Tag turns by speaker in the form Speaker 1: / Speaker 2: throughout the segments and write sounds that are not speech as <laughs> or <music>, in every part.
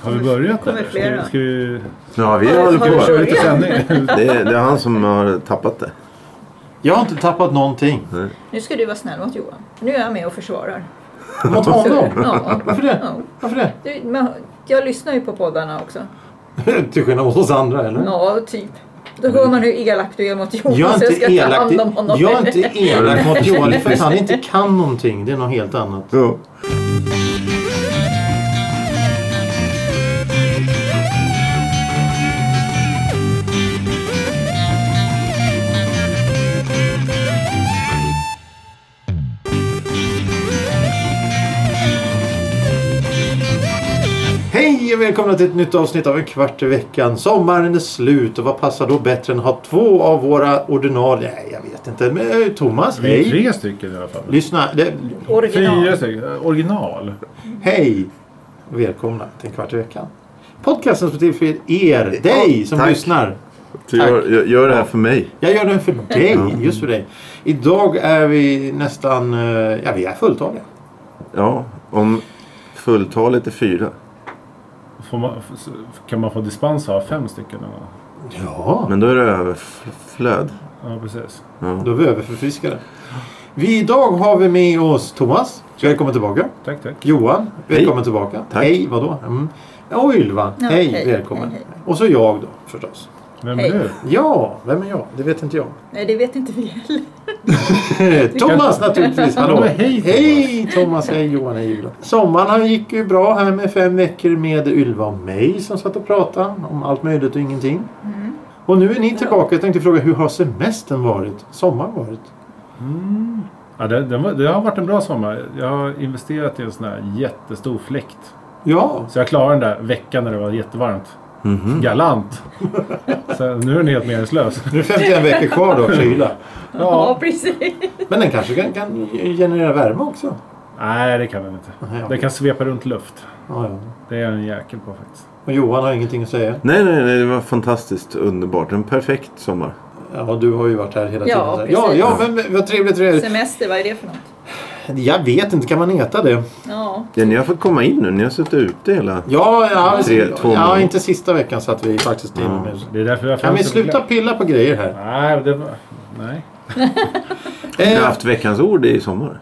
Speaker 1: Har vi börjat
Speaker 2: Kommer
Speaker 1: eller? Ska,
Speaker 2: flera.
Speaker 1: vi- ska vi
Speaker 3: Ja, vi
Speaker 2: Har-
Speaker 3: håller
Speaker 2: har du
Speaker 1: köra
Speaker 3: på.
Speaker 2: kört?
Speaker 1: lite sändning?
Speaker 3: Det är, det är han som har tappat det.
Speaker 4: Jag har inte tappat någonting.
Speaker 2: Nu ska du vara snäll mot Johan. Nu är jag med och försvarar.
Speaker 4: Mot honom?
Speaker 2: Ja.
Speaker 4: Varför det?
Speaker 2: Ja.
Speaker 4: Varför det?
Speaker 2: Du, men jag lyssnar ju på poddarna också.
Speaker 4: <laughs> Till skillnad mot oss andra eller?
Speaker 2: Ja, typ. Då hör man hur elak du är mot Johan
Speaker 4: Jag är
Speaker 2: så Alltså, jag
Speaker 4: inte
Speaker 2: ska ta
Speaker 4: elak,
Speaker 2: hand om honom.
Speaker 4: jag är inte elak mot Johan. Det är för att han inte kan någonting. Det är något helt annat.
Speaker 3: Ja.
Speaker 4: Hej och välkomna till ett nytt avsnitt av En kvart i veckan. Sommaren är slut och vad passar då bättre än att ha två av våra ordinarie... Nej, jag vet inte. Men eh, Thomas,
Speaker 1: Vi är
Speaker 4: hej.
Speaker 1: tre stycken i alla fall.
Speaker 4: Lyssna. Det...
Speaker 1: Fyra
Speaker 2: Original.
Speaker 1: stycken. Eh, Original.
Speaker 4: Hej och välkomna till En kvart i veckan. Podcasten som är till för er, dig som
Speaker 3: tack.
Speaker 4: lyssnar.
Speaker 3: Så Gör, gör- gör det här för mig.
Speaker 4: Jag gör den för dig, just för dig. Idag är vi nästan... eh, Ja, vi är fulltaliga.
Speaker 3: Ja, om fulltalet är fyra.
Speaker 1: Får man, f- kan man få dispens att ha fem stycken? Eller?
Speaker 4: Ja,
Speaker 3: Men då är det överflöd.
Speaker 1: Ja, precis.
Speaker 3: Ja.
Speaker 4: då är vi överförfriskade. Vi idag har vi med oss Thomas. Välkommen tillbaka.
Speaker 1: Tack, tack.
Speaker 4: Johan,
Speaker 3: Hej.
Speaker 4: välkommen tillbaka.
Speaker 3: Tack.
Speaker 4: Hej, vadå? Mm. Och Ylva,
Speaker 2: Ja,
Speaker 4: hej,
Speaker 2: hej,
Speaker 4: välkommen.
Speaker 2: hej, hej.
Speaker 4: Och så jag då, förstås.
Speaker 1: Vem är
Speaker 2: Hej.
Speaker 1: du?
Speaker 4: Ja, vem är jag? Det vet inte jag.
Speaker 2: Nej, det vet inte vi heller.
Speaker 4: Eh, Thomas naturligtvis, hallå.
Speaker 1: Ja, hej, Thomas.
Speaker 4: hej Thomas, hej Johan, hej Ylva. Sommaren gick ju bra här med fem veckor med Ylva och mig som satt och pratade om allt möjligt och ingenting.
Speaker 1: Mm.
Speaker 4: Och nu är ni tillbaka. Jag tänkte fråga, hur har semestern varit? Sommaren varit?
Speaker 1: Ja, det, det, var, det har varit en bra sommar. Jag har investerat i en sån här jättestor fläkt.
Speaker 4: Ja,
Speaker 1: Så jag klarade den där veckan när det var jättevarmt.
Speaker 3: Mhm.
Speaker 1: Galant! Så nu är den helt meningslös.
Speaker 4: nu är 51 veckor kvar då, för Ylva.
Speaker 2: Ja,
Speaker 1: Ja.
Speaker 2: precis.
Speaker 4: Men den kanske kan, kan generera värme också?
Speaker 1: Nej, det kan den inte.
Speaker 4: Nej, ja.
Speaker 1: Den kan svepa runt luft.
Speaker 4: Ja, ja.
Speaker 1: Det är jag en jäkel på faktiskt.
Speaker 4: Och Johan har ingenting att säga.
Speaker 3: Nej, nej, nej. Det var fantastiskt underbart. En perfekt sommar.
Speaker 4: Ja, du har ju varit här hela
Speaker 2: Ja,
Speaker 4: tiden.
Speaker 2: precis.
Speaker 4: ja, men men vad trevligt det är.
Speaker 2: Semester, vad är det för något?
Speaker 4: Jag vet inte, kan man äta det?
Speaker 2: Ja,
Speaker 3: Ja, ni har fått komma in nu. Ni har suttit ute hela...
Speaker 4: Ja, ja,
Speaker 3: Tre,
Speaker 4: ja,
Speaker 3: två
Speaker 4: ja
Speaker 3: månader.
Speaker 4: inte sista veckan satt vi faktiskt inomhus.
Speaker 1: Det är därför jag
Speaker 4: Kan vi
Speaker 1: fönstret-
Speaker 4: sluta pilla på grejer här?
Speaker 1: Nej, det var... Nej.
Speaker 3: Ni har
Speaker 4: Eh,
Speaker 3: haft veckans ord i sommar.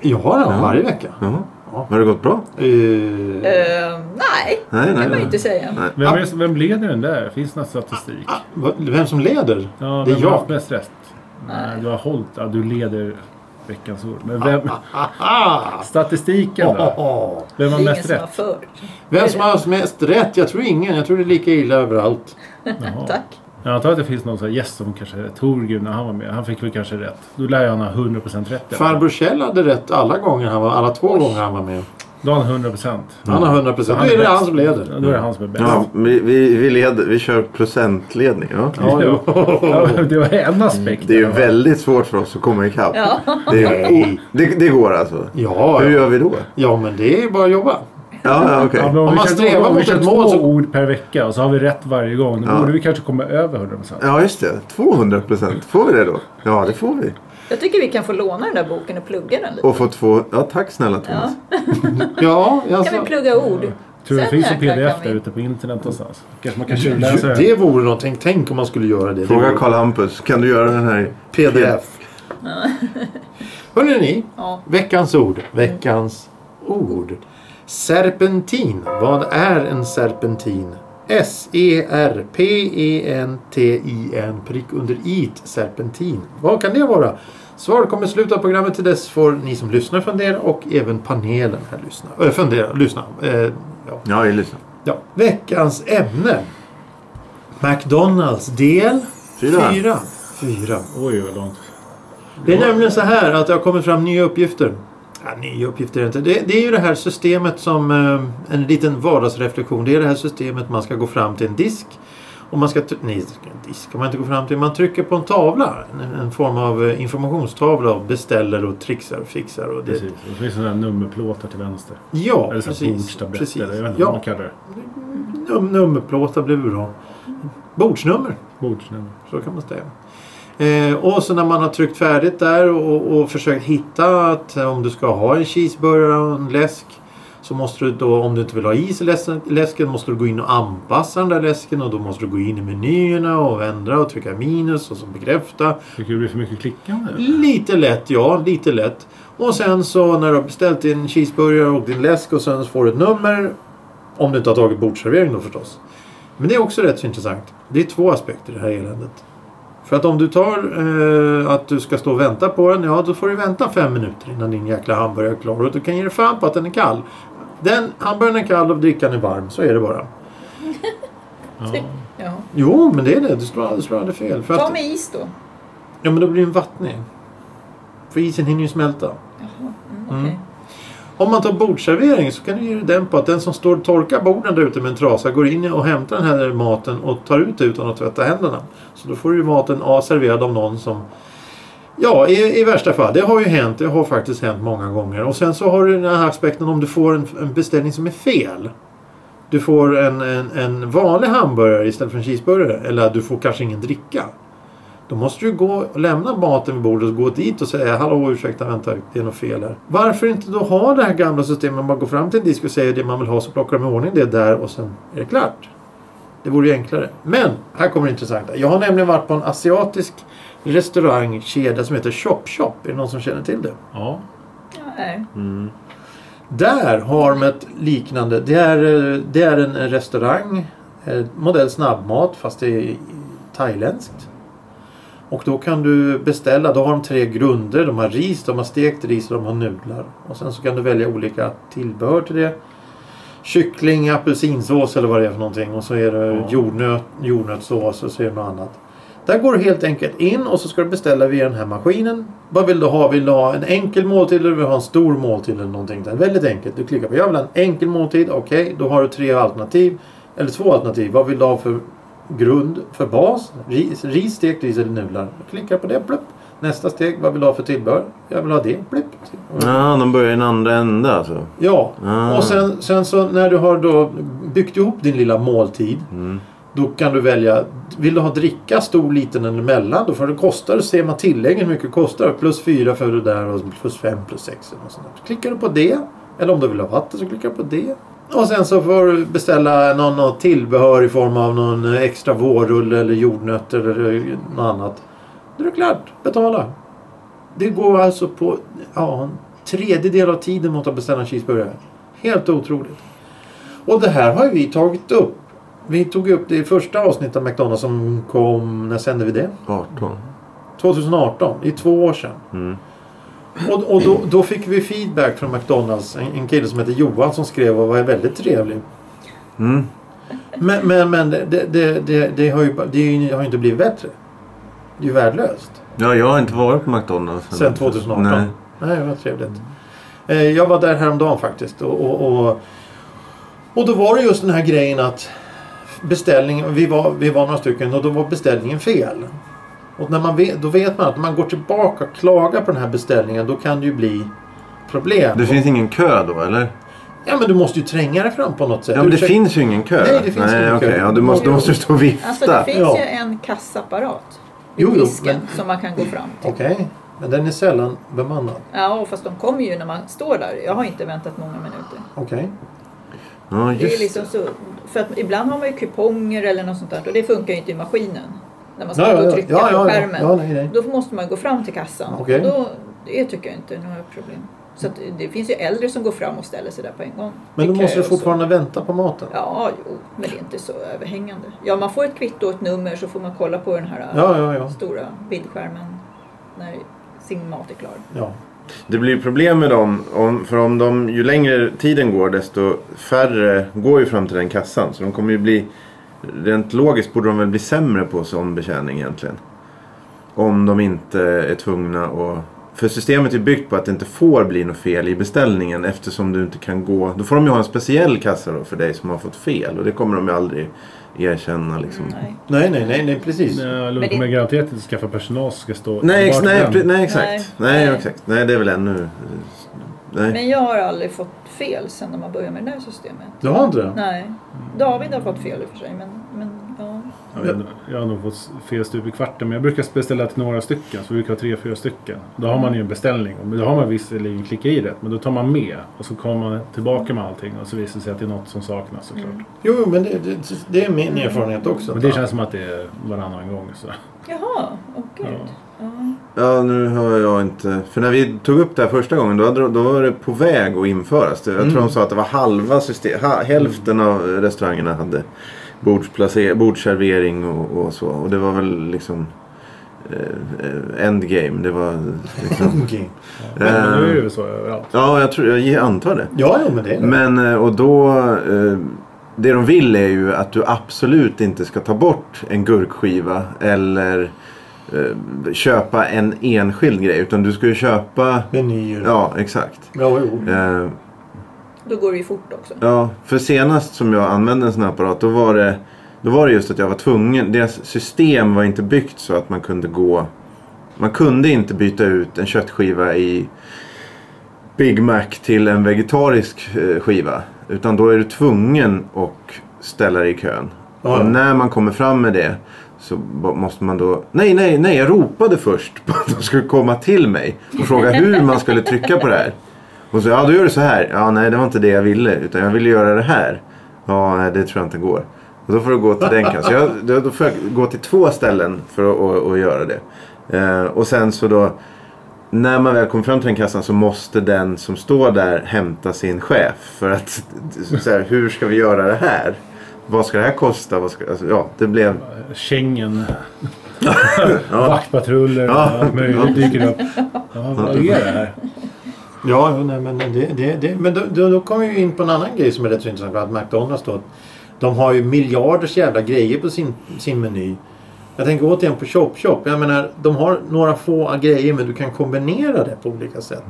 Speaker 4: ja, då, varje vecka.
Speaker 3: Jaha.
Speaker 4: Ja.
Speaker 3: Har det gått bra?
Speaker 4: Eh,
Speaker 2: eh, nej,
Speaker 3: Nej,
Speaker 2: det kan man ju
Speaker 3: nej.
Speaker 2: inte säga.
Speaker 3: Nej.
Speaker 1: Vem, är, vem leder den där? Finns det någon statistik?
Speaker 4: va- vem som leder?
Speaker 1: Ja,
Speaker 4: det
Speaker 1: vem
Speaker 4: är
Speaker 1: har haft
Speaker 4: jag.
Speaker 1: mest rätt? Nej, du har hållit. Ja, du leder veckans ord. Men
Speaker 4: <laughs>
Speaker 1: vem...
Speaker 4: Ah,
Speaker 1: Statistiken
Speaker 4: ah,
Speaker 1: då?
Speaker 4: ah.
Speaker 1: Vem
Speaker 2: Det
Speaker 1: har
Speaker 2: är ingen
Speaker 1: mest
Speaker 2: som har
Speaker 1: rätt?
Speaker 2: för.
Speaker 4: Vem som har haft mest rätt? Jag tror ingen. Jag tror det är lika illa överallt.
Speaker 1: Jaha.
Speaker 2: Tack.
Speaker 1: Jag antar att det finns någon sån här gäst som kanske... Torgrim, när han var med. Han fick väl kanske rätt. Då lär ju han ha 100% rätt. i alla fall.
Speaker 4: Farbror Kjell hade rätt alla gånger han var, alla två
Speaker 2: Oj.
Speaker 4: gånger han var med.
Speaker 1: Då har han 100%.
Speaker 4: Han har 100 procent. Då
Speaker 1: Han är
Speaker 4: är det
Speaker 1: bäst.
Speaker 4: han som leder.
Speaker 1: Ja, Då är det han som är bäst. <laughs>
Speaker 3: Ja, vi, vi, vi, leder, vi kör procentledning. Ja.
Speaker 4: Ja, jo. <laughs>
Speaker 1: Ja, det var en aspekt.
Speaker 3: Det är ju väldigt svårt för oss att komma ikapp.
Speaker 2: Ja.
Speaker 3: Det, är,
Speaker 4: Nej.
Speaker 3: det, det går alltså.
Speaker 4: Ja,
Speaker 3: Hur
Speaker 4: ja.
Speaker 3: gör vi då?
Speaker 4: ja, men det är bara att jobba.
Speaker 3: Ja, ja, okej.
Speaker 1: Ja, men om,
Speaker 4: Om man
Speaker 1: vi kör,
Speaker 4: strävar
Speaker 1: om vi
Speaker 4: mot
Speaker 1: kör
Speaker 4: ett
Speaker 1: två
Speaker 4: mål så-
Speaker 1: ord per vecka och så har vi rätt varje gång. Då
Speaker 3: Ja.
Speaker 1: borde vi kanske komma över 100%.
Speaker 3: Ja, just det. 200 procent. Får vi det då? Ja, det får vi.
Speaker 2: Jag tycker vi kan få låna den där boken och plugga den lite.
Speaker 3: Och få två... Ja, tack snälla Thomas.
Speaker 4: Ja,
Speaker 2: Kan
Speaker 4: alltså,
Speaker 2: vi plugga ord?
Speaker 1: Tror jag
Speaker 2: Sen
Speaker 1: finns en
Speaker 2: jäklar
Speaker 1: pdf
Speaker 2: kan vi.
Speaker 1: där ute på internet någonstans. Kanske man kan tjuvläsa den.
Speaker 4: det vore någonting. Tänk om man skulle göra det. det
Speaker 3: Fråga
Speaker 4: vore-
Speaker 3: Karl Hampus. Kan du göra den här?
Speaker 4: PDF. <laughs> Hörrni, ni,
Speaker 2: Ja.
Speaker 4: veckans ord. Veckans ord. Serpentin. Vad är en serpentin? E S-E-R-P-E-N-T-I-N. Prick under it. Serpentin. Vad kan det vara? Svar kommer i slutet av programmet. Till dess får ni som lyssnar fundera och även panelen här lyssna. Äh, fundera, lyssna. Eh, ja.
Speaker 3: Ja, jag lyssnar.
Speaker 4: Ja. Veckans ämne. McDonalds del
Speaker 3: Fyra.
Speaker 4: Fyra. Fyra.
Speaker 1: Oj, vad långt.
Speaker 4: Det är nämligen så här att det har kommit fram nya uppgifter. Ja, nya uppgifter är det inte. Det, det är ju det här systemet som... Eh, en liten vardagsreflektion. Det är det här systemet man ska gå fram till en disk. Och man ska... tr- Nej, en disk kan man inte gå fram till. Man trycker på en tavla. En, en form av eh, informationstavla och beställer och trixar och fixar. Och det,
Speaker 1: Precis. Och så finns det sådana här nummerplåtar till vänster.
Speaker 4: Ja,
Speaker 1: Eller så här
Speaker 4: precis.
Speaker 1: bordstabletter.
Speaker 4: precis.
Speaker 1: eller Jag vet inte vad man
Speaker 4: Ja,
Speaker 1: kallar det.
Speaker 4: num- nummerplåtar blev bra. Bordsnummer.
Speaker 1: Bordsnummer.
Speaker 4: Så kan man säga. Eh, och så när man har tryckt eh, färdigt där och, och försökt hitta att om du ska ha en cheeseburgare och en läsk. Så måste du då, om du inte vill ha is i läs- läsken, måste du gå in och anpassa den där läsken och då måste du gå in i menyerna och ändra och trycka minus och så bekräfta.
Speaker 1: Tycker det blir för mycket
Speaker 4: Mm.
Speaker 1: klickande?
Speaker 4: Lite lätt, ja. Lite lätt. Och sen så när du har beställt din cheeseburgare och din läsk och sen så får du ett nummer. Om du inte har tagit bordsservering då förstås. Men det är också rätt så intressant. Det är två aspekter i det här eländet. För att om du tar eh, att du ska stå och vänta på den, ja då får du vänta fem minuter innan din jäkla hamburgare är klar. Och du kan ge dig fan på att den är kall. Den hamburgaren är kall och drickan är varm, så är det bara.
Speaker 1: Ja.
Speaker 2: Ja.
Speaker 4: Jo, men det är det. Du slår, du slår aldrig fel. För
Speaker 2: Ta
Speaker 4: att,
Speaker 2: med is då.
Speaker 4: ja, men då blir det en vattning. För isen hinner ju smälta.
Speaker 2: Jaha. Mm,
Speaker 4: Mm.
Speaker 2: okej.
Speaker 4: Om man tar bordservering så kan du ge dig den på att den som står och torkar borden där ute med en trasa går in och hämtar den här maten och tar ut det utan att tvätta händerna. Så då får du ju maten A serverad av någon som Ja, i, i värsta fall. Det har ju hänt. Det har faktiskt hänt många gånger. Och sen så har du den här aspekten om du får en, en beställning som är fel. Du får en, en, en vanlig hamburgare istället för en cheeseburgare. Eller du får kanske ingen dricka. Då måste du gå och lämna maten vid bordet och gå dit och säga Hallå ursäkta vänta det är något fel här. Varför inte då ha det här gamla systemet? Man går fram till en disk och säger det man vill ha så plockar de i ordning det där och sen är det klart. Det vore ju enklare. Men här kommer det intressanta. Jag har nämligen varit på en asiatisk restaurangkedja som heter Chop Chop. Är det någon som känner till det?
Speaker 1: ja.
Speaker 2: Nej.
Speaker 3: Mm.
Speaker 4: Där har de ett liknande. Det är, eh, det är en en restaurang. eh, Modell snabbmat fast det är thailändskt. Och då kan du beställa. Då har de tre grunder. De har ris, de har stekt ris och de har nudlar. Och sen så kan du välja olika tillbehör till det. Kyckling, apelsinsås eller vad det är för någonting. Och så är det
Speaker 1: Ja.
Speaker 4: jordnöt, jordnötssås och så är det något annat. Där går du helt enkelt in och så ska du beställa via den här maskinen. Vad vill du ha? Vill du ha en enkel måltid eller vill du ha en stor måltid eller någonting? Det är väldigt enkelt. Du klickar på jag vill ha en enkel måltid. Okej, då har du tre alternativ. Eller två alternativ. Vad vill du ha för grund, för bas? Ris, ris stekt ris eller nudlar. Klickar på det, plupp. Nästa steg, vad vill du ha för tillbehör? Jag vill ha det, plupp.
Speaker 3: Ja, de börjar i den andra änden alltså.
Speaker 4: Ja,
Speaker 3: Ah.
Speaker 4: och sen, sen så när du har då byggt ihop din lilla måltid.
Speaker 3: Mm.
Speaker 4: Då kan du välja, vill du ha dricka stor, liten eller mellan? Då får det kosta, då ser man tilläggen hur mycket det kostar. Plus 4 för det där och plus 5 plus 6 eller något sånt där. Så Klickar du på det, eller om du vill ha vatten så klickar du på det. Och sen så får du beställa någon, någon tillbehör i form av någon extra vårrulle eller jordnötter eller något annat. Då är det klart, betala. Det går alltså på ja, en tredjedel av tiden mot att beställa en cheeseburgare. Helt otroligt. Och det här har ju vi tagit upp. Vi tog upp det i första avsnittet av McDonalds som kom, när sände vi det?
Speaker 3: 18.
Speaker 4: 2018, i två år sedan.
Speaker 3: Mm.
Speaker 4: Och, och då, då fick vi feedback från McDonalds, en, en kille som heter Johan som skrev och var väldigt trevlig.
Speaker 3: Mm.
Speaker 4: Men, men, men det, det, det, det, det, har ju, bara- det är ju- har ju inte blivit bättre. Det är ju värdelöst.
Speaker 3: Ja, jag har inte varit på McDonalds.
Speaker 4: Sen 2018?
Speaker 3: Nej.
Speaker 4: Nej, vad trevligt. Eh, Jag var där häromdagen faktiskt. Och, och, och, och då var det just den här grejen att beställningen, vi var, vi var några stycken och då var beställningen fel. Och när man vet, då vet man att när man går tillbaka och klagar på den här beställningen då kan det ju bli problem.
Speaker 3: Det finns ingen kö då eller?
Speaker 4: Ja men du måste ju tränga dig fram på något sätt.
Speaker 3: Ja, men det
Speaker 4: Ursäkta-
Speaker 3: finns ju ingen kö.
Speaker 4: Nej, det finns ingen
Speaker 3: okej.
Speaker 4: kö.
Speaker 3: Ja, du måste, då måste du stå och vifta.
Speaker 2: Alltså det finns
Speaker 4: Ja.
Speaker 2: ju en kassaapparat. I
Speaker 4: Jo, jo,
Speaker 2: disken
Speaker 4: men-
Speaker 2: som man kan gå fram till.
Speaker 4: Okej, men den är sällan bemannad.
Speaker 2: Ja, fast de kommer ju när man står där. Jag har inte väntat många minuter.
Speaker 4: Okej.
Speaker 3: Ja,
Speaker 2: Det är ju
Speaker 3: just
Speaker 2: liksom så, för att ibland har man ju kuponger eller något sånt där och det funkar ju inte i maskinen. När man ska
Speaker 4: Ja,
Speaker 2: gå
Speaker 4: ja,
Speaker 2: och trycka
Speaker 4: ja,
Speaker 2: på
Speaker 4: ja,
Speaker 2: skärmen.
Speaker 4: ja, nej, nej.
Speaker 2: Då måste man gå fram till kassan.
Speaker 4: Okej.
Speaker 2: Och då, det tycker jag inte är några problem. Så att det finns ju äldre som går fram och ställer sig där på en gång.
Speaker 4: Men
Speaker 2: I
Speaker 4: då måste
Speaker 2: kö
Speaker 4: du
Speaker 2: och så.
Speaker 4: fortfarande vänta på maten.
Speaker 2: Ja, jo, men det är inte så överhängande. Ja, man får ett kvitto och ett nummer så får man kolla på den här
Speaker 4: Ja, ja, ja.
Speaker 2: stora bildskärmen när sin mat är klar.
Speaker 4: ja.
Speaker 3: Det blir problem med dem. Om, för om de, ju längre tiden går desto färre går ju fram till den kassan. Så de kommer ju bli... Rent logiskt borde de väl bli sämre på sån betjäning egentligen. Om de inte är tvungna att... För systemet är byggt på att det inte får bli något fel i beställningen eftersom du inte kan gå... Då får de ju ha en speciell kassa då för dig som har fått fel. Och det kommer de ju aldrig erkänna liksom.
Speaker 2: Nej.
Speaker 4: Nej, nej, nej, nej, precis.
Speaker 1: Nej, de
Speaker 2: Men det-
Speaker 1: kommer garanterat inte skaffa personal som ska stå
Speaker 3: Nej, ex-
Speaker 1: enbart
Speaker 3: nej,
Speaker 1: den.
Speaker 3: pre- nej exakt.
Speaker 2: Nej.
Speaker 3: Nej,
Speaker 2: Nej.
Speaker 3: exakt. Nej, det är väl ännu... eh, Nej.
Speaker 2: Men jag har aldrig fått fel sen när man började med det här systemet.
Speaker 4: Du har inte det?
Speaker 2: Nej. David har fått fel i och för sig, men, men ja.
Speaker 1: Jag, vet inte, jag har nog fått fel stup i kvarten men jag brukar beställa till några stycken. Så vi brukar ha tre, fyra stycken. Då har man ju en beställning. och Då har man visserligen klickat i rätt men då tar man med. Och så kommer man tillbaka med allting och så visar det sig att det är något som saknas såklart.
Speaker 4: Jo, men det, det, det är min
Speaker 3: Mm.
Speaker 4: erfarenhet också.
Speaker 1: Men det känns som att det är varannan gång. Så.
Speaker 2: Jaha, åh gud.
Speaker 1: Ja.
Speaker 2: Ja.
Speaker 3: Ja, nu hör jag inte. För när vi tog upp det här första gången då, hade de- då var det på väg att införas. Jag tror de sa att det var halva system, ha, hälften av restaurangerna hade bordsplacer, bordsservering och, och så. Och det var väl liksom eh, eh, endgame. Det var liksom,
Speaker 4: Okej.
Speaker 1: Men, men nu är det väl så överallt.
Speaker 3: ja, jag, tror, jag antar det.
Speaker 4: Ja, jo, men det är det.
Speaker 3: Men eh, och då... Eh, det de vill är ju att du absolut inte ska ta bort en gurkskiva eller eh, köpa en enskild grej. Utan du ska ju köpa...
Speaker 4: Menyer.
Speaker 3: Ja, exakt.
Speaker 4: ja jo.
Speaker 3: Eh,
Speaker 2: Då går det ju fort också.
Speaker 3: ja, för senast som jag använde en sån här apparat då var det... Då var det just att jag var tvungen. Deras system var inte byggt så att man kunde gå... Man kunde inte byta ut en köttskiva i Big Mac till en vegetarisk eh, skiva. Utan då är du tvungen att ställa dig i kön.
Speaker 4: Ja.
Speaker 3: Och när man kommer fram med det så ba- måste man då... Nej, nej, nej, jag ropade först på att de skulle komma till mig och fråga hur man skulle trycka på det här. Och så, ja då gör du så här. Ja, nej, det var inte det jag ville. Utan jag ville göra det här. Ja, nej, det tror jag inte går. Och då får du gå till den kassan. Så jag- Då då får jag gå till två ställen för att och, och göra det. Eh, och sen så då... När man väl kommer fram till den kassan så måste den som står där hämta sin chef. För att, så här, hur ska vi göra det här? Vad ska det här kosta? Vad ska, alltså, ja, det blev... <laughs>
Speaker 1: Schengen. Vaktpatruller och
Speaker 3: Ja.
Speaker 1: allt möjligt dyker upp. Ja, vad är det här?
Speaker 4: Ja, jo, nej, men, det, det, det, men då, då, då kommer vi ju in på en annan grej som är rätt så intressant. Att McDonalds då, de har ju miljarders jävla grejer på sin, sin meny. Jag tänker återigen på Chop Chop. Jag menar, de har några få grejer men du kan kombinera det på olika sätt.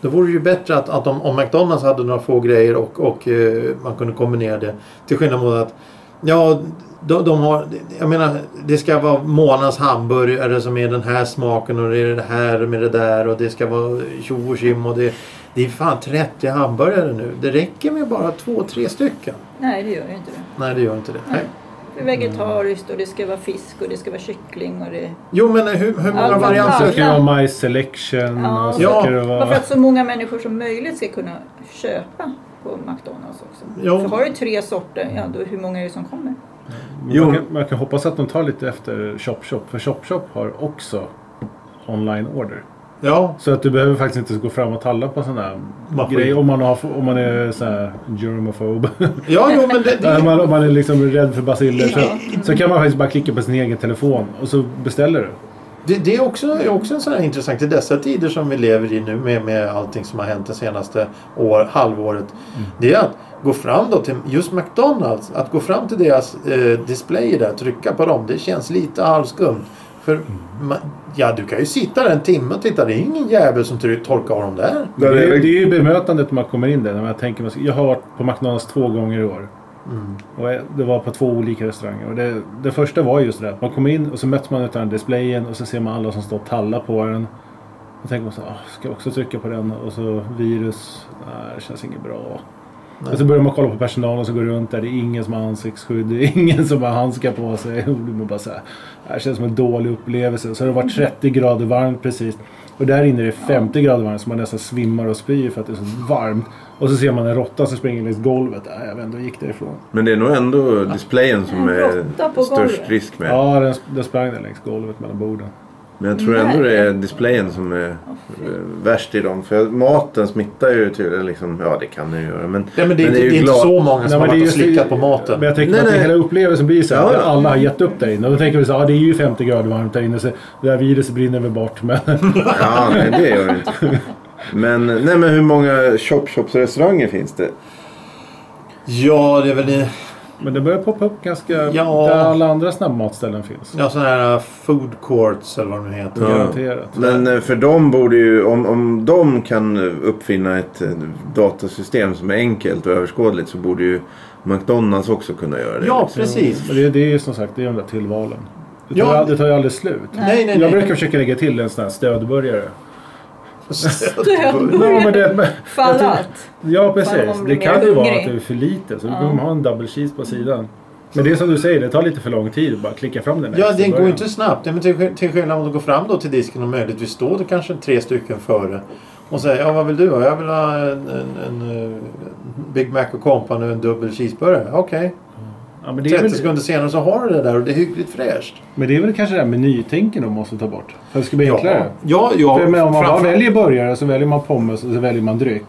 Speaker 4: Då vore det ju bättre att, att om, om McDonalds hade några få grejer och, och eh, man kunde kombinera det. Till skillnad mot att, ja, de, de har, jag menar, det ska vara Monas hamburgare som är den här smaken och det är det här med det där och det ska vara tjo och tjim och det, det är fan 30 hamburgare nu. Det räcker med bara två, tre stycken.
Speaker 2: Nej, det gör ju inte det.
Speaker 4: Nej, det gör inte det. Nej.
Speaker 2: Det är vegetariskt och det ska vara fisk och det ska vara kyckling och det...
Speaker 4: Jo, men hur, hur många
Speaker 2: Allt
Speaker 1: Så
Speaker 4: varianter?
Speaker 2: annat.
Speaker 1: ska det vara My Selection.
Speaker 2: Ja,
Speaker 1: och så
Speaker 4: Ja.
Speaker 1: ska det
Speaker 2: Bara
Speaker 1: vara...
Speaker 2: för att så många människor som möjligt ska kunna köpa på McDonalds också.
Speaker 4: Ja.
Speaker 2: För har du tre sorter, ja då hur många är det som kommer?
Speaker 1: Men
Speaker 3: Jo.
Speaker 1: Man, kan, man kan hoppas att de tar lite efter ShopShop. För ShopShop har också online order.
Speaker 4: Ja,
Speaker 1: Så att du behöver faktiskt inte gå fram och talla på sådana här
Speaker 4: Maskin.
Speaker 1: grejer. Om man, har, om man är sån här germophob.
Speaker 4: ja jo, men
Speaker 1: <laughs>
Speaker 4: det,
Speaker 1: om,
Speaker 4: det,
Speaker 1: man, om man är liksom rädd för basiller.
Speaker 2: Ja.
Speaker 1: Så, så kan man faktiskt bara klicka på sin egen telefon och så beställer du.
Speaker 4: det, det är också, är också en sån här intressant i dessa tider som vi lever i nu med, med allting som har hänt det senaste år, halvåret. Det är att gå fram då till just McDonalds. Att gå fram till deras eh, displayer där, trycka på dem. Det känns lite halvskumt. För ma- ja, du kan ju sitta där en timme och titta. Det är ju ingen jävel som tryck- torkar av dem där. Mm.
Speaker 1: Det
Speaker 3: Ja,
Speaker 1: är,
Speaker 3: det är-
Speaker 1: det är ju bemötandet när man kommer in där. När man tänker, man ska- jag har varit på McDonalds två gånger i år. Och eh, det var på två olika restauranger. Och det, det första var just det där. att Man kommer in och så möts man av den displayen och så ser man alla som står och tallar på den. Och tänker man så här, "Ah, ska jag också trycka på den? Och så virus. Nej, det känns inget bra. Och så börjar man kolla på personalen som går runt där. Det är ingen som har ansiktsskydd. Det är ingen som har handskar på sig. <laughs> Och man bara så här, "Det här känns som en dålig upplevelse. Så har det varit 30 grader varmt precis. Och där inne är det 50 grader varmt så man nästan svimmar och spyr för att det är så varmt. Och så ser man en råtta som springer längs golvet. Nej, jag vet inte, jag gick därifrån.
Speaker 3: Men det är nog ändå displayen som
Speaker 2: En
Speaker 3: är
Speaker 2: råtta på
Speaker 3: störst
Speaker 2: golvet.
Speaker 3: risk med.
Speaker 1: Ja, den, den sprang där längs golvet mellan borden.
Speaker 3: Men jag tror ändå det är displayen som är eh, värst i dem. För maten smittar ju tydligen liksom. Ja, det kan den ju göra. Men,
Speaker 4: Ja, men det,
Speaker 3: men
Speaker 4: är inte- det är inte
Speaker 3: glad-
Speaker 4: så många
Speaker 1: men
Speaker 4: som har varit och
Speaker 1: just-
Speaker 4: slickat på maten.
Speaker 1: Men jag tänker
Speaker 3: Nej,
Speaker 1: att det
Speaker 3: nej.
Speaker 1: hela upplevelsen blir så här,
Speaker 3: Ja,
Speaker 1: att
Speaker 3: ja.
Speaker 1: alla har gett upp där inne. Och då tänker vi så här, ja det är ju 50 grader varmt där inne så det där viruset brinner väl bort. <laughs> Men
Speaker 3: Ja, nej det gör det <laughs> inte. Men, nej, men hur många chop shops restauranger finns det?
Speaker 4: Ja, det är väl det.
Speaker 1: Men det börjar poppa upp ganska...
Speaker 4: Ja.
Speaker 1: Där alla andra snabbmatsställen finns.
Speaker 4: Ja, sådana här uh, food courts eller vad de heter.
Speaker 3: Ja.
Speaker 1: Garanterat.
Speaker 3: Men eh, för de borde ju, om, om de kan uppfinna ett eh, datasystem som är enkelt och överskådligt så borde ju McDonalds också kunna göra det.
Speaker 4: Ja,
Speaker 3: liksom.
Speaker 4: precis.
Speaker 1: Men det, det är ju som sagt, det är de där tillvalen. Det tar,
Speaker 4: Ja.
Speaker 1: ju ald- det tar ju aldrig slut.
Speaker 4: Nej, nej,
Speaker 1: Jag
Speaker 4: nej.
Speaker 1: brukar försöka lägga till en sån här stödburgare.
Speaker 4: <laughs>
Speaker 2: Död. <laughs>
Speaker 1: Ja, men det, men-
Speaker 2: Fallat.
Speaker 1: ja
Speaker 2: Bara om
Speaker 1: precis.
Speaker 2: man
Speaker 1: Det
Speaker 2: blir
Speaker 1: kan
Speaker 2: mer
Speaker 1: ju vara
Speaker 2: hungrig.
Speaker 1: att det är för lite. Så du kommer ha en double cheese på sidan. Men det är som du säger, det tar lite för lång tid att bara klicka fram den. där
Speaker 4: Ja,
Speaker 1: extra
Speaker 4: den går ju
Speaker 1: början.
Speaker 4: inte snabbt. Ja, men till, skill- till skillnad om du går fram då till disken och möjligtvis står det kanske tre stycken före och säger ja, vad vill du ha? Jag vill ha en, en, en eh, Big Mac och Company och en dubbel cheeseburgare. Okej.
Speaker 1: Ja, men, det är
Speaker 4: 30
Speaker 1: väl,
Speaker 4: sekunder senare så har du det där och det är hyggligt fräscht.
Speaker 1: men det är väl kanske det här menytänken de måste ta bort. För att det ska bli enklare.
Speaker 4: ja.
Speaker 1: För jag menar, om man bara
Speaker 4: framför-
Speaker 1: väljer burgare så väljer man pommes och så väljer man dryck.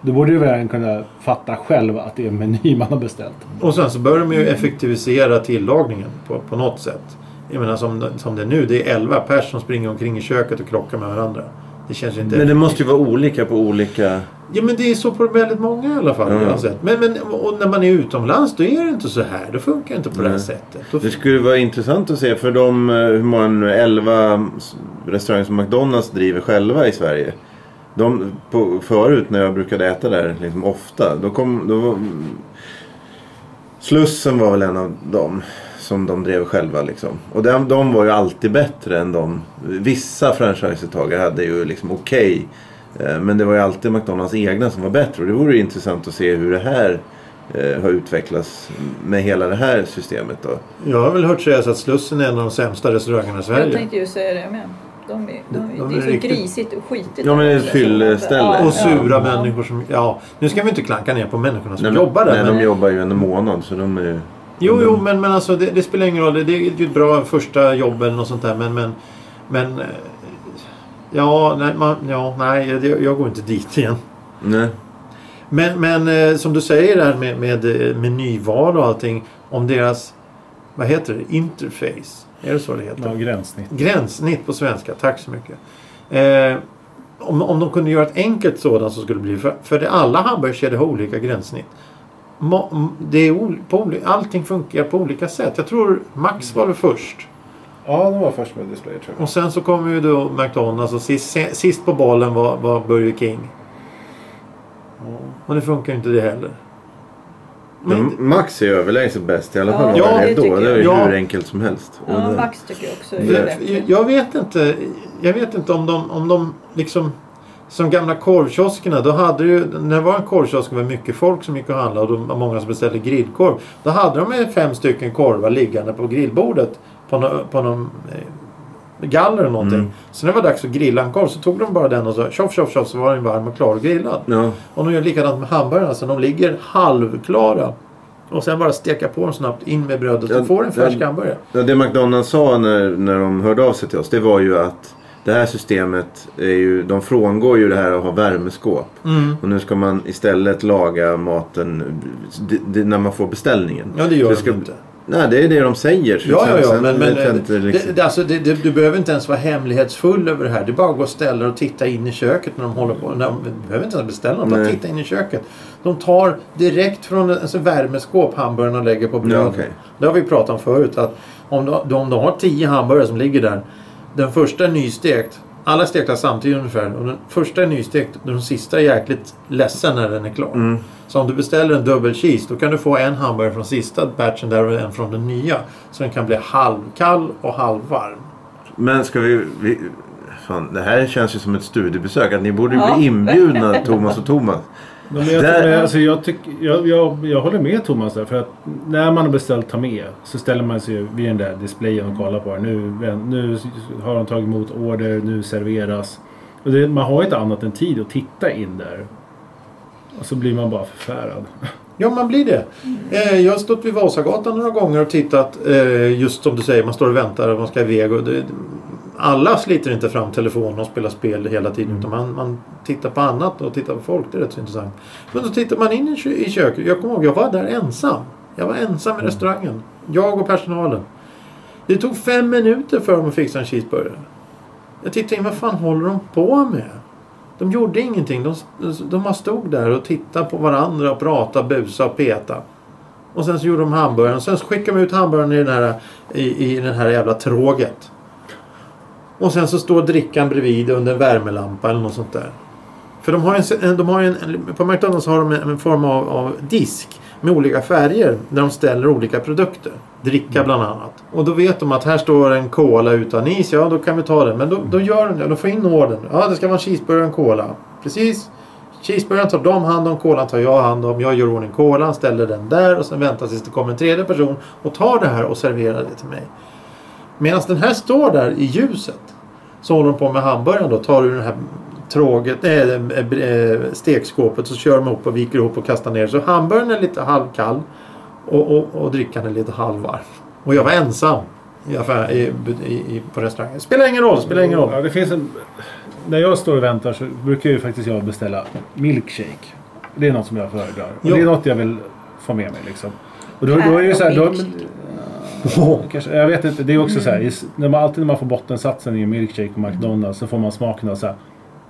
Speaker 1: Då borde du väl kunna fatta själv att det är en meny man har beställt.
Speaker 4: Och sen så börjar de ju effektivisera tillagningen på, på något sätt. Jag menar som, det- som det är nu, det är 11 pers som springer omkring i köket och krockar med varandra. Det känns ju inte...
Speaker 3: Men det måste ju vara olika på olika...
Speaker 4: Ja men det är så på väldigt många i alla fall.
Speaker 3: Ja.
Speaker 4: Jag har sett. Men, men och när man är utomlands då är det inte så här. Då funkar det inte på det här
Speaker 3: Nej.
Speaker 4: sättet. Då,
Speaker 3: Det skulle vara intressant att se för de, eh, hur många nu, 11 s- restauranger som McDonalds driver själva i Sverige. De, på, förut när jag brukade äta där liksom ofta, då kom... Då, var- Slussen var väl en av dem som de drev själva liksom. Och de, de var ju alltid bättre än de... Vissa franchisetagare hade ju liksom okej. eh, men det var ju alltid McDonalds egna som var bättre. Och det vore ju intressant att se hur det här eh, har utvecklats med hela det här systemet då.
Speaker 4: jag har väl hört sägas att Slussen är en av de sämsta restaurangerna i
Speaker 2: Jag
Speaker 4: Sverige.
Speaker 2: tänkte ju säga det med. De är, de,
Speaker 4: De- de
Speaker 2: det är
Speaker 4: är
Speaker 2: så
Speaker 4: riktigt-
Speaker 2: grisigt och skitigt.
Speaker 3: Ja, men det är ett
Speaker 2: Ja,
Speaker 3: fylleställe.
Speaker 4: Och sura
Speaker 2: ja.
Speaker 4: människor som... Ja, nu ska vi inte klanka ner på människorna som
Speaker 3: Nej, men-
Speaker 4: jobbar där.
Speaker 3: Nej,
Speaker 4: men-
Speaker 3: de jobbar ju en månad så de är ju...
Speaker 4: Jo, jo, men, men alltså det, det spelar ingen roll. Det, det är ju ett bra första jobb eller något sånt där. Men, men, men eh, ja, nej, man, ja, nej jag, jag går inte dit igen.
Speaker 3: Nej.
Speaker 4: Men, men eh, som du säger där med, med eh, menyval och allting. Om deras, vad heter det, interface. Är det så det heter?
Speaker 1: Ja, gränssnitt.
Speaker 4: Gränssnitt på svenska, tack så mycket. Eh, om, om de kunde göra ett enkelt sådant så skulle det bli... För, för det, alla hamburgerkedjor har olika gränssnitt. Ma, m- det är ol, på, oli- allting funkar på olika sätt. Jag tror Max var väl först.
Speaker 1: Ja, de var först med displayer tror
Speaker 4: Och sen så kom ju då McDonalds och sist, se- sist på bollen var, var Burger King. Och det funkar ju inte det heller. Men,
Speaker 3: Men Max är ju överlägset bäst i alla
Speaker 2: Ja,
Speaker 3: fall.
Speaker 4: ja,
Speaker 3: vad
Speaker 2: det
Speaker 3: är då.
Speaker 2: tycker
Speaker 3: Det är ju
Speaker 4: jag.
Speaker 3: hur
Speaker 4: Ja.
Speaker 3: enkelt som helst. Och
Speaker 2: Ja,
Speaker 3: det-
Speaker 2: Max tycker jag också är
Speaker 3: Det-
Speaker 2: bättre.
Speaker 4: Jag vet inte. Jag vet inte om de, om de liksom... Som gamla korvkioskerna, då hade ju, när det var en korvkiosk med mycket folk som gick och handlade och det var många som beställde grillkorv. Då hade de ju fem stycken korvar liggande på grillbordet på någon, på någon eh, galler eller någonting.
Speaker 3: Mm.
Speaker 4: Så när det var dags att grilla en korv så tog de bara den och så tjoff tjoff tjoff så var den varm och klar och grillad.
Speaker 3: Ja.
Speaker 4: Och de gör likadant med hamburgarna så de ligger halvklara. Och sen bara steka på dem snabbt, in med brödet
Speaker 3: Ja,
Speaker 4: och får en färsk
Speaker 3: ja.
Speaker 4: hamburgare.
Speaker 3: Ja, det McDonalds sa när, när de hörde av sig till oss det var ju att det här systemet är ju, de frångår ju det här att ha värmeskåp.
Speaker 4: Mm.
Speaker 3: Och nu ska man istället laga maten d- d- när man får beställningen.
Speaker 4: Ja, det gör
Speaker 3: Så
Speaker 4: de inte.
Speaker 3: Nej, det är det de säger. Så
Speaker 4: Ja,
Speaker 3: sen-
Speaker 4: ja, ja.
Speaker 3: sen
Speaker 4: Men, men
Speaker 3: vet jag inte liksom-
Speaker 4: det, det, alltså, det, det, du behöver inte ens vara hemlighetsfull över det här. Det är bara att gå och ställa dig och titta in i köket när de håller på. När de, du behöver inte ens beställa något. Bara
Speaker 3: Nej.
Speaker 4: titta in i köket. De tar direkt från en- alltså, värmeskåp hamburgarna och lägger på brödet.
Speaker 3: Ja, okej.
Speaker 4: Det har vi pratat om förut. Att om, de, om de har tio hamburgare som ligger där. Den första är nystekt. Alla är stekta samtidigt ungefär. Och den första är nystekt och den sista är jäkligt ledsen när den är klar.
Speaker 3: Mm.
Speaker 4: Så om du beställer en dubbel cheese då kan du få en hamburgare från sista batchen där och en från den nya. Så den kan bli halvkall och halvvarm.
Speaker 3: Men ska vi... vi fan, det här känns ju som ett studiebesök. Att ni borde ju
Speaker 2: Ja.
Speaker 3: bli inbjudna, Thomas och Thomas.
Speaker 1: Ja, men jag,
Speaker 3: Där-
Speaker 1: men alltså, jag, tyck, jag, jag, jag håller med Thomas där. För att när man har beställt ta med så ställer man sig ju vid den där displayen och kollar på det. Nu, nu har de tagit emot order, nu serveras. Och det, man har ju inte annat än tid att titta in där. Och så blir man bara förfärad.
Speaker 4: Ja, man blir det. Eh, jag har stått vid Vasagatan några gånger och tittat. Eh, just som du säger, man står och väntar och man ska iväg. Och det, alla sliter inte fram telefonen och spelar spel hela tiden. Utan man, man tittar på annat och tittar på folk. Det är rätt så intressant. Men då tittar man in i, kö- i köket. Jag kommer ihåg, jag var där ensam. Jag var ensam i restaurangen. Jag och personalen. Det tog fem minuter för dem att fixa en cheeseburgare. Jag tittade in, vad fan håller de på med? De gjorde ingenting. De, de bara stod där och tittade på varandra och pratade, busade och petade. Och sen så gjorde de hamburgaren. Och sen så skickade de ut hamburgaren i den här, i, i den här jävla tråget. Och sen så står drickan bredvid under en värmelampa eller något sånt där. För de har ju en, en- de har ju en, på McDonalds har de en, en form av, av disk med olika färger där de ställer olika produkter. Dricka bland annat. Och då vet de att här står en cola utan is. Ja, då kan vi ta den. Men då, då gör de det. De får in ordern. Ja, det ska vara en cheeseburgare och en cola. Precis. Cheeseburgaren tar de hand om, kolan tar jag hand om. Jag gör i ordning kolan, ställer den där och sen väntar tills det kommer en tredje person och tar det här och serverar det till mig. Medan den här står där i ljuset så håller de på med hamburgaren då. Tar ur den här tråget, äh, äh, stekskåpet så kör de ihop och viker ihop och kastar ner. Så hamburgaren är lite halvkall och, och, och drickan är lite halvvarm. Och jag var ensam i affär, i, i, i, på restaurangen. Spelar ingen roll, spelar ingen roll.
Speaker 1: Ja, det finns en... När jag står och väntar så brukar ju faktiskt jag beställa milkshake. Det är något som jag föredrar. Och
Speaker 4: Jo.
Speaker 1: det är något jag vill få med mig liksom. Och då,
Speaker 2: Här
Speaker 1: då är det ju
Speaker 2: Äh, och
Speaker 1: så här, då,
Speaker 2: milkshake.
Speaker 1: kanske, jag vet inte, det är också så här. i s- När man, alltid när man får bottensatsen i en milkshake på McDonalds så får man smaken av så här.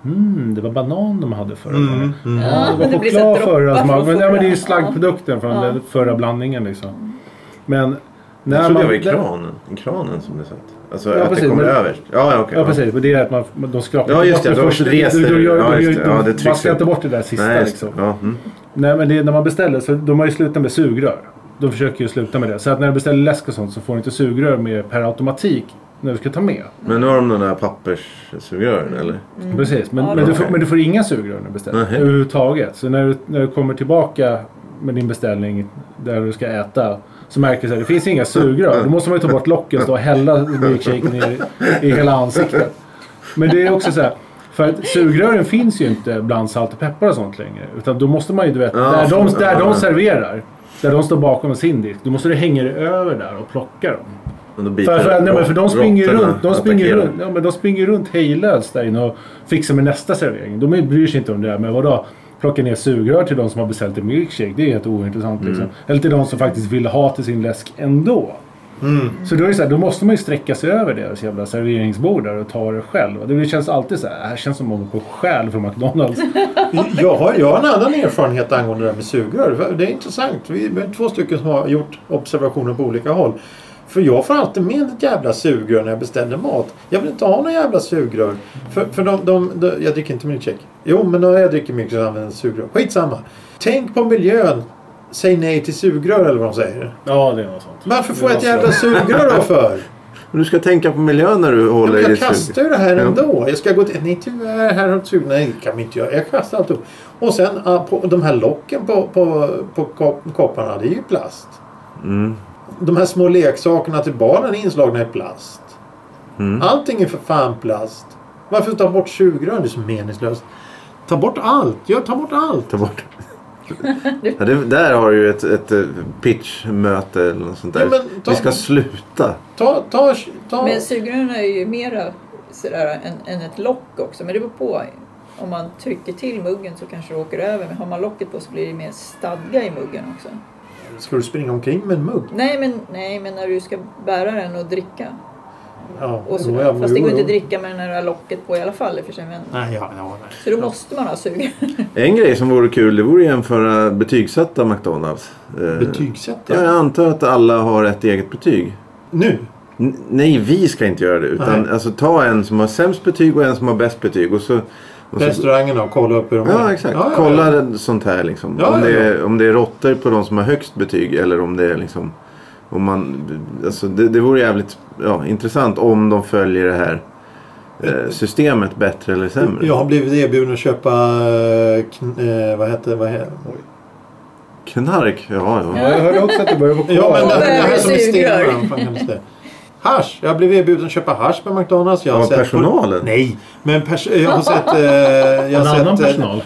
Speaker 1: Mm, det var banan de hade förra
Speaker 4: Mm,
Speaker 1: gången.
Speaker 4: mm.
Speaker 1: Ja, det var
Speaker 2: det blir så
Speaker 1: choklad
Speaker 2: droppar
Speaker 1: förra
Speaker 2: från
Speaker 1: smaken. Men, ja, men det är ju
Speaker 2: choklad.
Speaker 1: slaggprodukten från
Speaker 2: Ja.
Speaker 1: den förra blandningen liksom. Men när
Speaker 3: jag trodde
Speaker 1: man...
Speaker 3: det var i kranen. I kranen som det satt. Alltså
Speaker 1: Ja,
Speaker 3: att
Speaker 1: precis,
Speaker 3: det kommer
Speaker 1: men-
Speaker 3: överst. Ja, ja, okej.
Speaker 1: Ja precis, men det är att man, de skrapar
Speaker 3: Ja, just det.
Speaker 1: bort
Speaker 3: De
Speaker 1: första-
Speaker 3: reser.
Speaker 1: de gör-
Speaker 3: Ja,
Speaker 1: de gör-
Speaker 3: just det. Ja, det
Speaker 1: de
Speaker 3: trycks
Speaker 1: vaskar
Speaker 3: upp.
Speaker 1: inte bort det där sista
Speaker 3: Nej, just det.
Speaker 1: liksom.
Speaker 3: Ja, mm.
Speaker 1: Nej men det, när man beställer så de har ju slutat med sugrör. De försöker ju sluta med det. Så att när du beställer läsk och sånt så får du inte sugrör med per automatik när du ska ta med.
Speaker 3: Men nu har de den där papperssugrören eller?
Speaker 1: Precis, men,
Speaker 2: Ja,
Speaker 1: men,
Speaker 2: det
Speaker 1: du
Speaker 3: är
Speaker 1: får,
Speaker 3: okej.
Speaker 1: men du får inga sugrör när du beställer.
Speaker 3: Nej.
Speaker 1: Överhuvudtaget. Så när du, när du kommer tillbaka med din beställning där du ska äta så märker du att det finns inga sugrör. Då måste man ju ta bort locket och stå och hälla milkshaken i, i hela ansiktet. Men det är också så här. För att sugrören finns ju inte bland salt och peppar och sånt längre. Utan då måste man ju, du vet,
Speaker 3: Ja,
Speaker 1: där, de,
Speaker 3: fan,
Speaker 1: där
Speaker 3: ja.
Speaker 1: de serverar. Där de står bakom sin disk. Då måste du hänga dig över där och plocka dem.
Speaker 3: Men då biter
Speaker 1: För, för, nej, men för de springer ju
Speaker 3: råttorna
Speaker 1: runt, de springer
Speaker 3: attackerar.
Speaker 1: runt, ja, men de springer runt hejlöst där inne och fixar med nästa servering. De bryr sig inte om det där. Men vadå? Plocka ner sugrör till de som har beställt en milkshake. Det är helt ointressant. Liksom.
Speaker 4: Mm.
Speaker 1: Eller till de som faktiskt vill ha till sin läsk ändå.
Speaker 4: Mm.
Speaker 1: Så, då, är det så här, då måste man ju sträcka sig över deras jävla serveringsbord där och ta det själv. Och Det känns alltid så här. Det här känns som att man går på själ från
Speaker 4: <laughs>
Speaker 1: McDonalds.
Speaker 4: Jag har, jag har en annan erfarenhet angående det här med sugrör. Det är intressant. Vi vi är två stycken som har gjort observationer på olika håll. För jag får alltid med ett jävla sugrör när jag beställer mat. Jag vill inte ha några jävla sugrör. För, för de, de, de, jag dricker inte milkshake. Jo, men när jag dricker milkshake så använder jag sugrör. Skitsamma. Tänk på miljön. Säg nej till sugrör eller vad de säger.
Speaker 1: ja, det är något sånt.
Speaker 4: Varför får jag ett jävla sugrör då för?
Speaker 3: Men Du ska tänka på miljön när du
Speaker 4: Ja,
Speaker 3: håller
Speaker 4: men
Speaker 3: i
Speaker 4: jag
Speaker 3: ditt
Speaker 4: kastar ju det här ändå. Jag ska gå till... Nej tyvärr, här har du sugit. Nej det kan vi inte göra. Jag kastar alltihop. Och sen ah, på, de här locken på, på, på kop- kopparna, det är ju plast.
Speaker 3: Mm.
Speaker 4: De här små leksakerna till barnen är inslagna i plast.
Speaker 3: Mm.
Speaker 4: Allting är för fan plast. Varför ta bort sugrören? Det är så meningslöst. Ta bort allt. Ja, ta bort allt.
Speaker 3: Ta bort. ja, det, där har du ju ett, ett eh, pitchmöte eller något sånt där.
Speaker 4: Ja, men ta-
Speaker 3: Vi ska sluta.
Speaker 4: Ta, ta, ta.
Speaker 2: Men sugrören är ju mera sådär än, än ett lock också. Men det beror på. Om man trycker till muggen så kanske det åker över. Men har man locket på så blir det mer stadga i muggen också.
Speaker 4: Ska du springa omkring med en mugg?
Speaker 2: Nej men, nej, men när du ska bära den och dricka.
Speaker 4: Ja,
Speaker 2: Och så,
Speaker 4: jo, ja,
Speaker 2: fast det går
Speaker 4: jo,
Speaker 2: inte
Speaker 4: jo.
Speaker 2: att dricka med det här locket på i alla fall. i och För sig, men,
Speaker 4: Nej, ja, ja, nej.
Speaker 2: så då måste man ha sugrör.
Speaker 3: En grej som vore kul det vore att jämföra betygsatta McDonalds. Eh,
Speaker 4: Betygsätta.
Speaker 3: Ja, jag antar att alla har ett eget betyg.
Speaker 4: Nu.
Speaker 3: N- Nej, vi ska inte göra det. Utan
Speaker 4: Nej.
Speaker 3: alltså, ta en som har sämst betyg och en som har bäst betyg. Och så, och så,
Speaker 4: Restaurangen då. Kolla upp hur de
Speaker 3: Ja,
Speaker 4: har-
Speaker 3: exakt.
Speaker 4: Ja, ja, ja.
Speaker 3: Kolla sånt här liksom.
Speaker 4: Ja,
Speaker 3: om,
Speaker 4: ja,
Speaker 3: det
Speaker 4: ja.
Speaker 3: är, om det är råttor på de som har högst betyg eller om det är liksom... Om man, alltså det, det vore jävligt ja, intressant om de följer det här eh, systemet bättre eller sämre.
Speaker 4: Jag har blivit erbjuden att köpa... eh, Kn- eh, vad heter vad heter, oj.
Speaker 3: Knark, ja. ja.
Speaker 1: Ja, jag hörde också att det börjar på
Speaker 4: Ja, men det,
Speaker 2: Och
Speaker 4: det här
Speaker 2: där
Speaker 4: som är
Speaker 2: är sugrör.
Speaker 4: stenarna, vad fan kallas det? Hasch. Jag har blivit erbjuden att köpa hasch på McDonalds. Jag har
Speaker 3: Av
Speaker 4: sett
Speaker 3: personalen?
Speaker 4: nej, men pers- jag har sett, eh, jag
Speaker 1: En
Speaker 4: har
Speaker 1: annan
Speaker 4: sett eh,
Speaker 1: personal.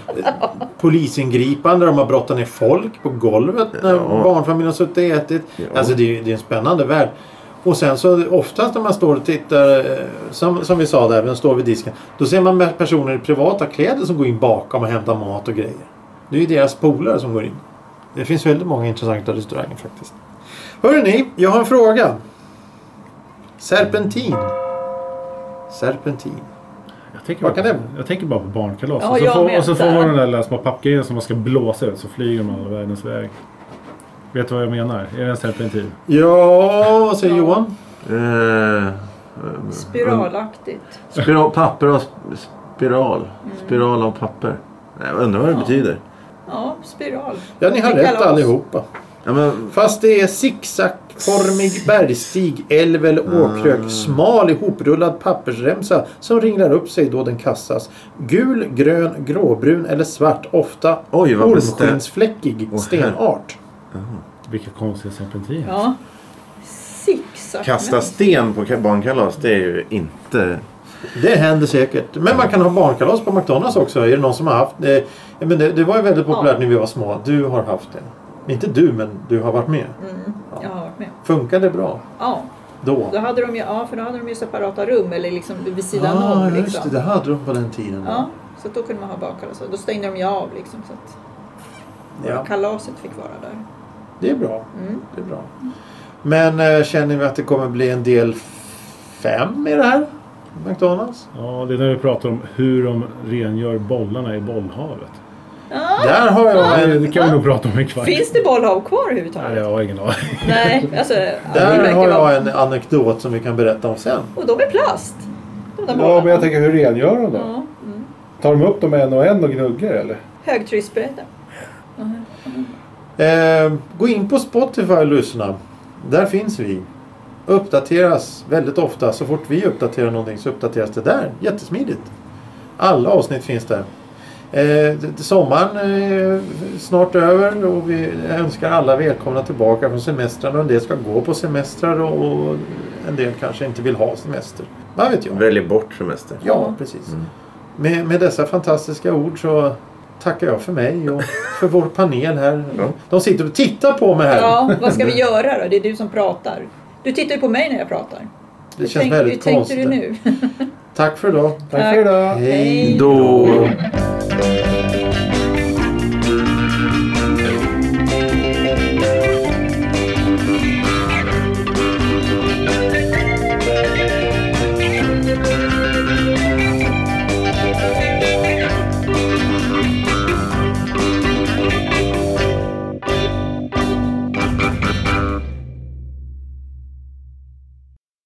Speaker 4: polisingripande där de har brottat ner folk på golvet när
Speaker 3: Ja.
Speaker 4: barnfamiljen har suttit och ätit.
Speaker 3: Ja.
Speaker 4: Alltså det är, ju- det är en spännande värld. Och sen så oftast när man står och tittar, eh, som, som vi sa där, men står vid disken. Då ser man personer i privata kläder som går in bakom och hämtar mat och grejer. Det är ju deras polare som går in. Det finns väldigt många intressanta restauranger faktiskt. Hörrni, jag har en fråga. Serpentin. Serpentin.
Speaker 1: Jag tänker,
Speaker 4: Vad kan
Speaker 1: bara,
Speaker 4: det vara?
Speaker 1: jag tänker bara på barnkalas.
Speaker 2: Ja,
Speaker 1: och, så
Speaker 2: jag
Speaker 1: får,
Speaker 2: med.
Speaker 1: och så får man de där lilla små pappgrejerna som man ska blåsa ut så flyger de all världens väg. Vet du vad jag menar? Är det en serpentin?
Speaker 4: Ja, vad säger Johan?
Speaker 3: Eh, eh,
Speaker 2: Spiralaktigt.
Speaker 3: spiral, papper av sp- spiral. Spiral av papper. Nej, Jag undrar vad det betyder.
Speaker 2: Ja, spiral.
Speaker 4: Ja, ni har
Speaker 2: Det
Speaker 4: rätt
Speaker 2: kallas-
Speaker 4: allihopa.
Speaker 3: Ja, Ja, men,
Speaker 4: Fast det är zigzagformig bergstig, älv eller åkrök. Smal ihoprullad pappersremsa som ringlar upp sig då den kastas. Gul, grön, gråbrun eller svart. Ofta
Speaker 3: Oj, vad bestämt.
Speaker 4: ormskinsfläckig
Speaker 3: Åh,
Speaker 4: stenart.
Speaker 1: Vilka konstiga serpentiner.
Speaker 2: Ja. Zigzag.
Speaker 3: kasta sten på ka- barnkalas, det är ju inte...
Speaker 4: Det händer säkert. Men man kan ha barnkalas på McDonalds också. Är det någon som har haft det? Ja, Men det, det var ju väldigt populärt när vi var små. Du har haft det. Inte du, men du har varit med.
Speaker 2: Mm, Jag har varit med.
Speaker 4: Funkade bra
Speaker 2: Ja,
Speaker 4: då?
Speaker 2: då hade de ju, ja, för då hade de ju separata rum eller liksom vid sidan
Speaker 4: ah,
Speaker 2: om.
Speaker 4: just det.
Speaker 2: Liksom.
Speaker 4: Det hade de på den tiden.
Speaker 2: Ja, så att då kunde man ha bakkalas. Då stängde de ju av liksom. Så att
Speaker 4: Ja,
Speaker 2: kalaset fick vara där.
Speaker 4: det är bra.
Speaker 2: Mm.
Speaker 4: Det är bra. Men eh, känner vi att det kommer bli en del fem i det här? McDonalds?
Speaker 1: Ja, det är när vi pratar om hur de rengör bollarna i bollhavet.
Speaker 2: Ja.
Speaker 4: Där har jag
Speaker 1: Det,
Speaker 4: en...
Speaker 1: det kan vi nog prata om en kvart.
Speaker 2: Finns det bollhav kvar
Speaker 1: Nej,
Speaker 2: överhuvudtaget?
Speaker 1: jag har ingen aning.
Speaker 2: Nej,
Speaker 4: <laughs>
Speaker 2: alltså. ja, det
Speaker 4: Där
Speaker 2: verkar
Speaker 4: har
Speaker 2: vara-
Speaker 4: jag en anekdot som vi kan berätta om sen.
Speaker 2: Och de är plast. De där
Speaker 1: Ja,
Speaker 2: bollarna.
Speaker 1: men jag tänker hur rengör de då?
Speaker 2: Ja, mm.
Speaker 1: Tar de upp dem en och en och gnuggar eller?
Speaker 2: Högtrycksberättare. Mhm.
Speaker 4: Eh, gå in på Spotify och lyssna. Där finns vi. Uppdateras väldigt ofta. Så fort vi uppdaterar någonting så uppdateras det där. Jättesmidigt. Alla avsnitt finns där. Eh, d- d- sommaren är snart över och vi önskar alla välkomna tillbaka från semestern. Och en del ska gå på semestrar och, och en del kanske inte vill ha semester. Vad vet jag?
Speaker 3: Väljer bort semester.
Speaker 4: Ja, precis. Med, med dessa fantastiska ord så tackar jag för mig och för vår panel här.
Speaker 3: Ja.
Speaker 4: De sitter och tittar på mig här.
Speaker 2: Ja, vad
Speaker 4: <laughs>
Speaker 2: ska vi göra då? Det är du som pratar. Du tittar ju på mig när jag pratar.
Speaker 4: det känns
Speaker 2: Tänk-
Speaker 4: väldigt <laughs>
Speaker 2: hur tänkte
Speaker 4: konstigt.
Speaker 2: du nu?
Speaker 4: Tack för idag.
Speaker 1: Tack för idag!
Speaker 2: Hej.
Speaker 3: Då...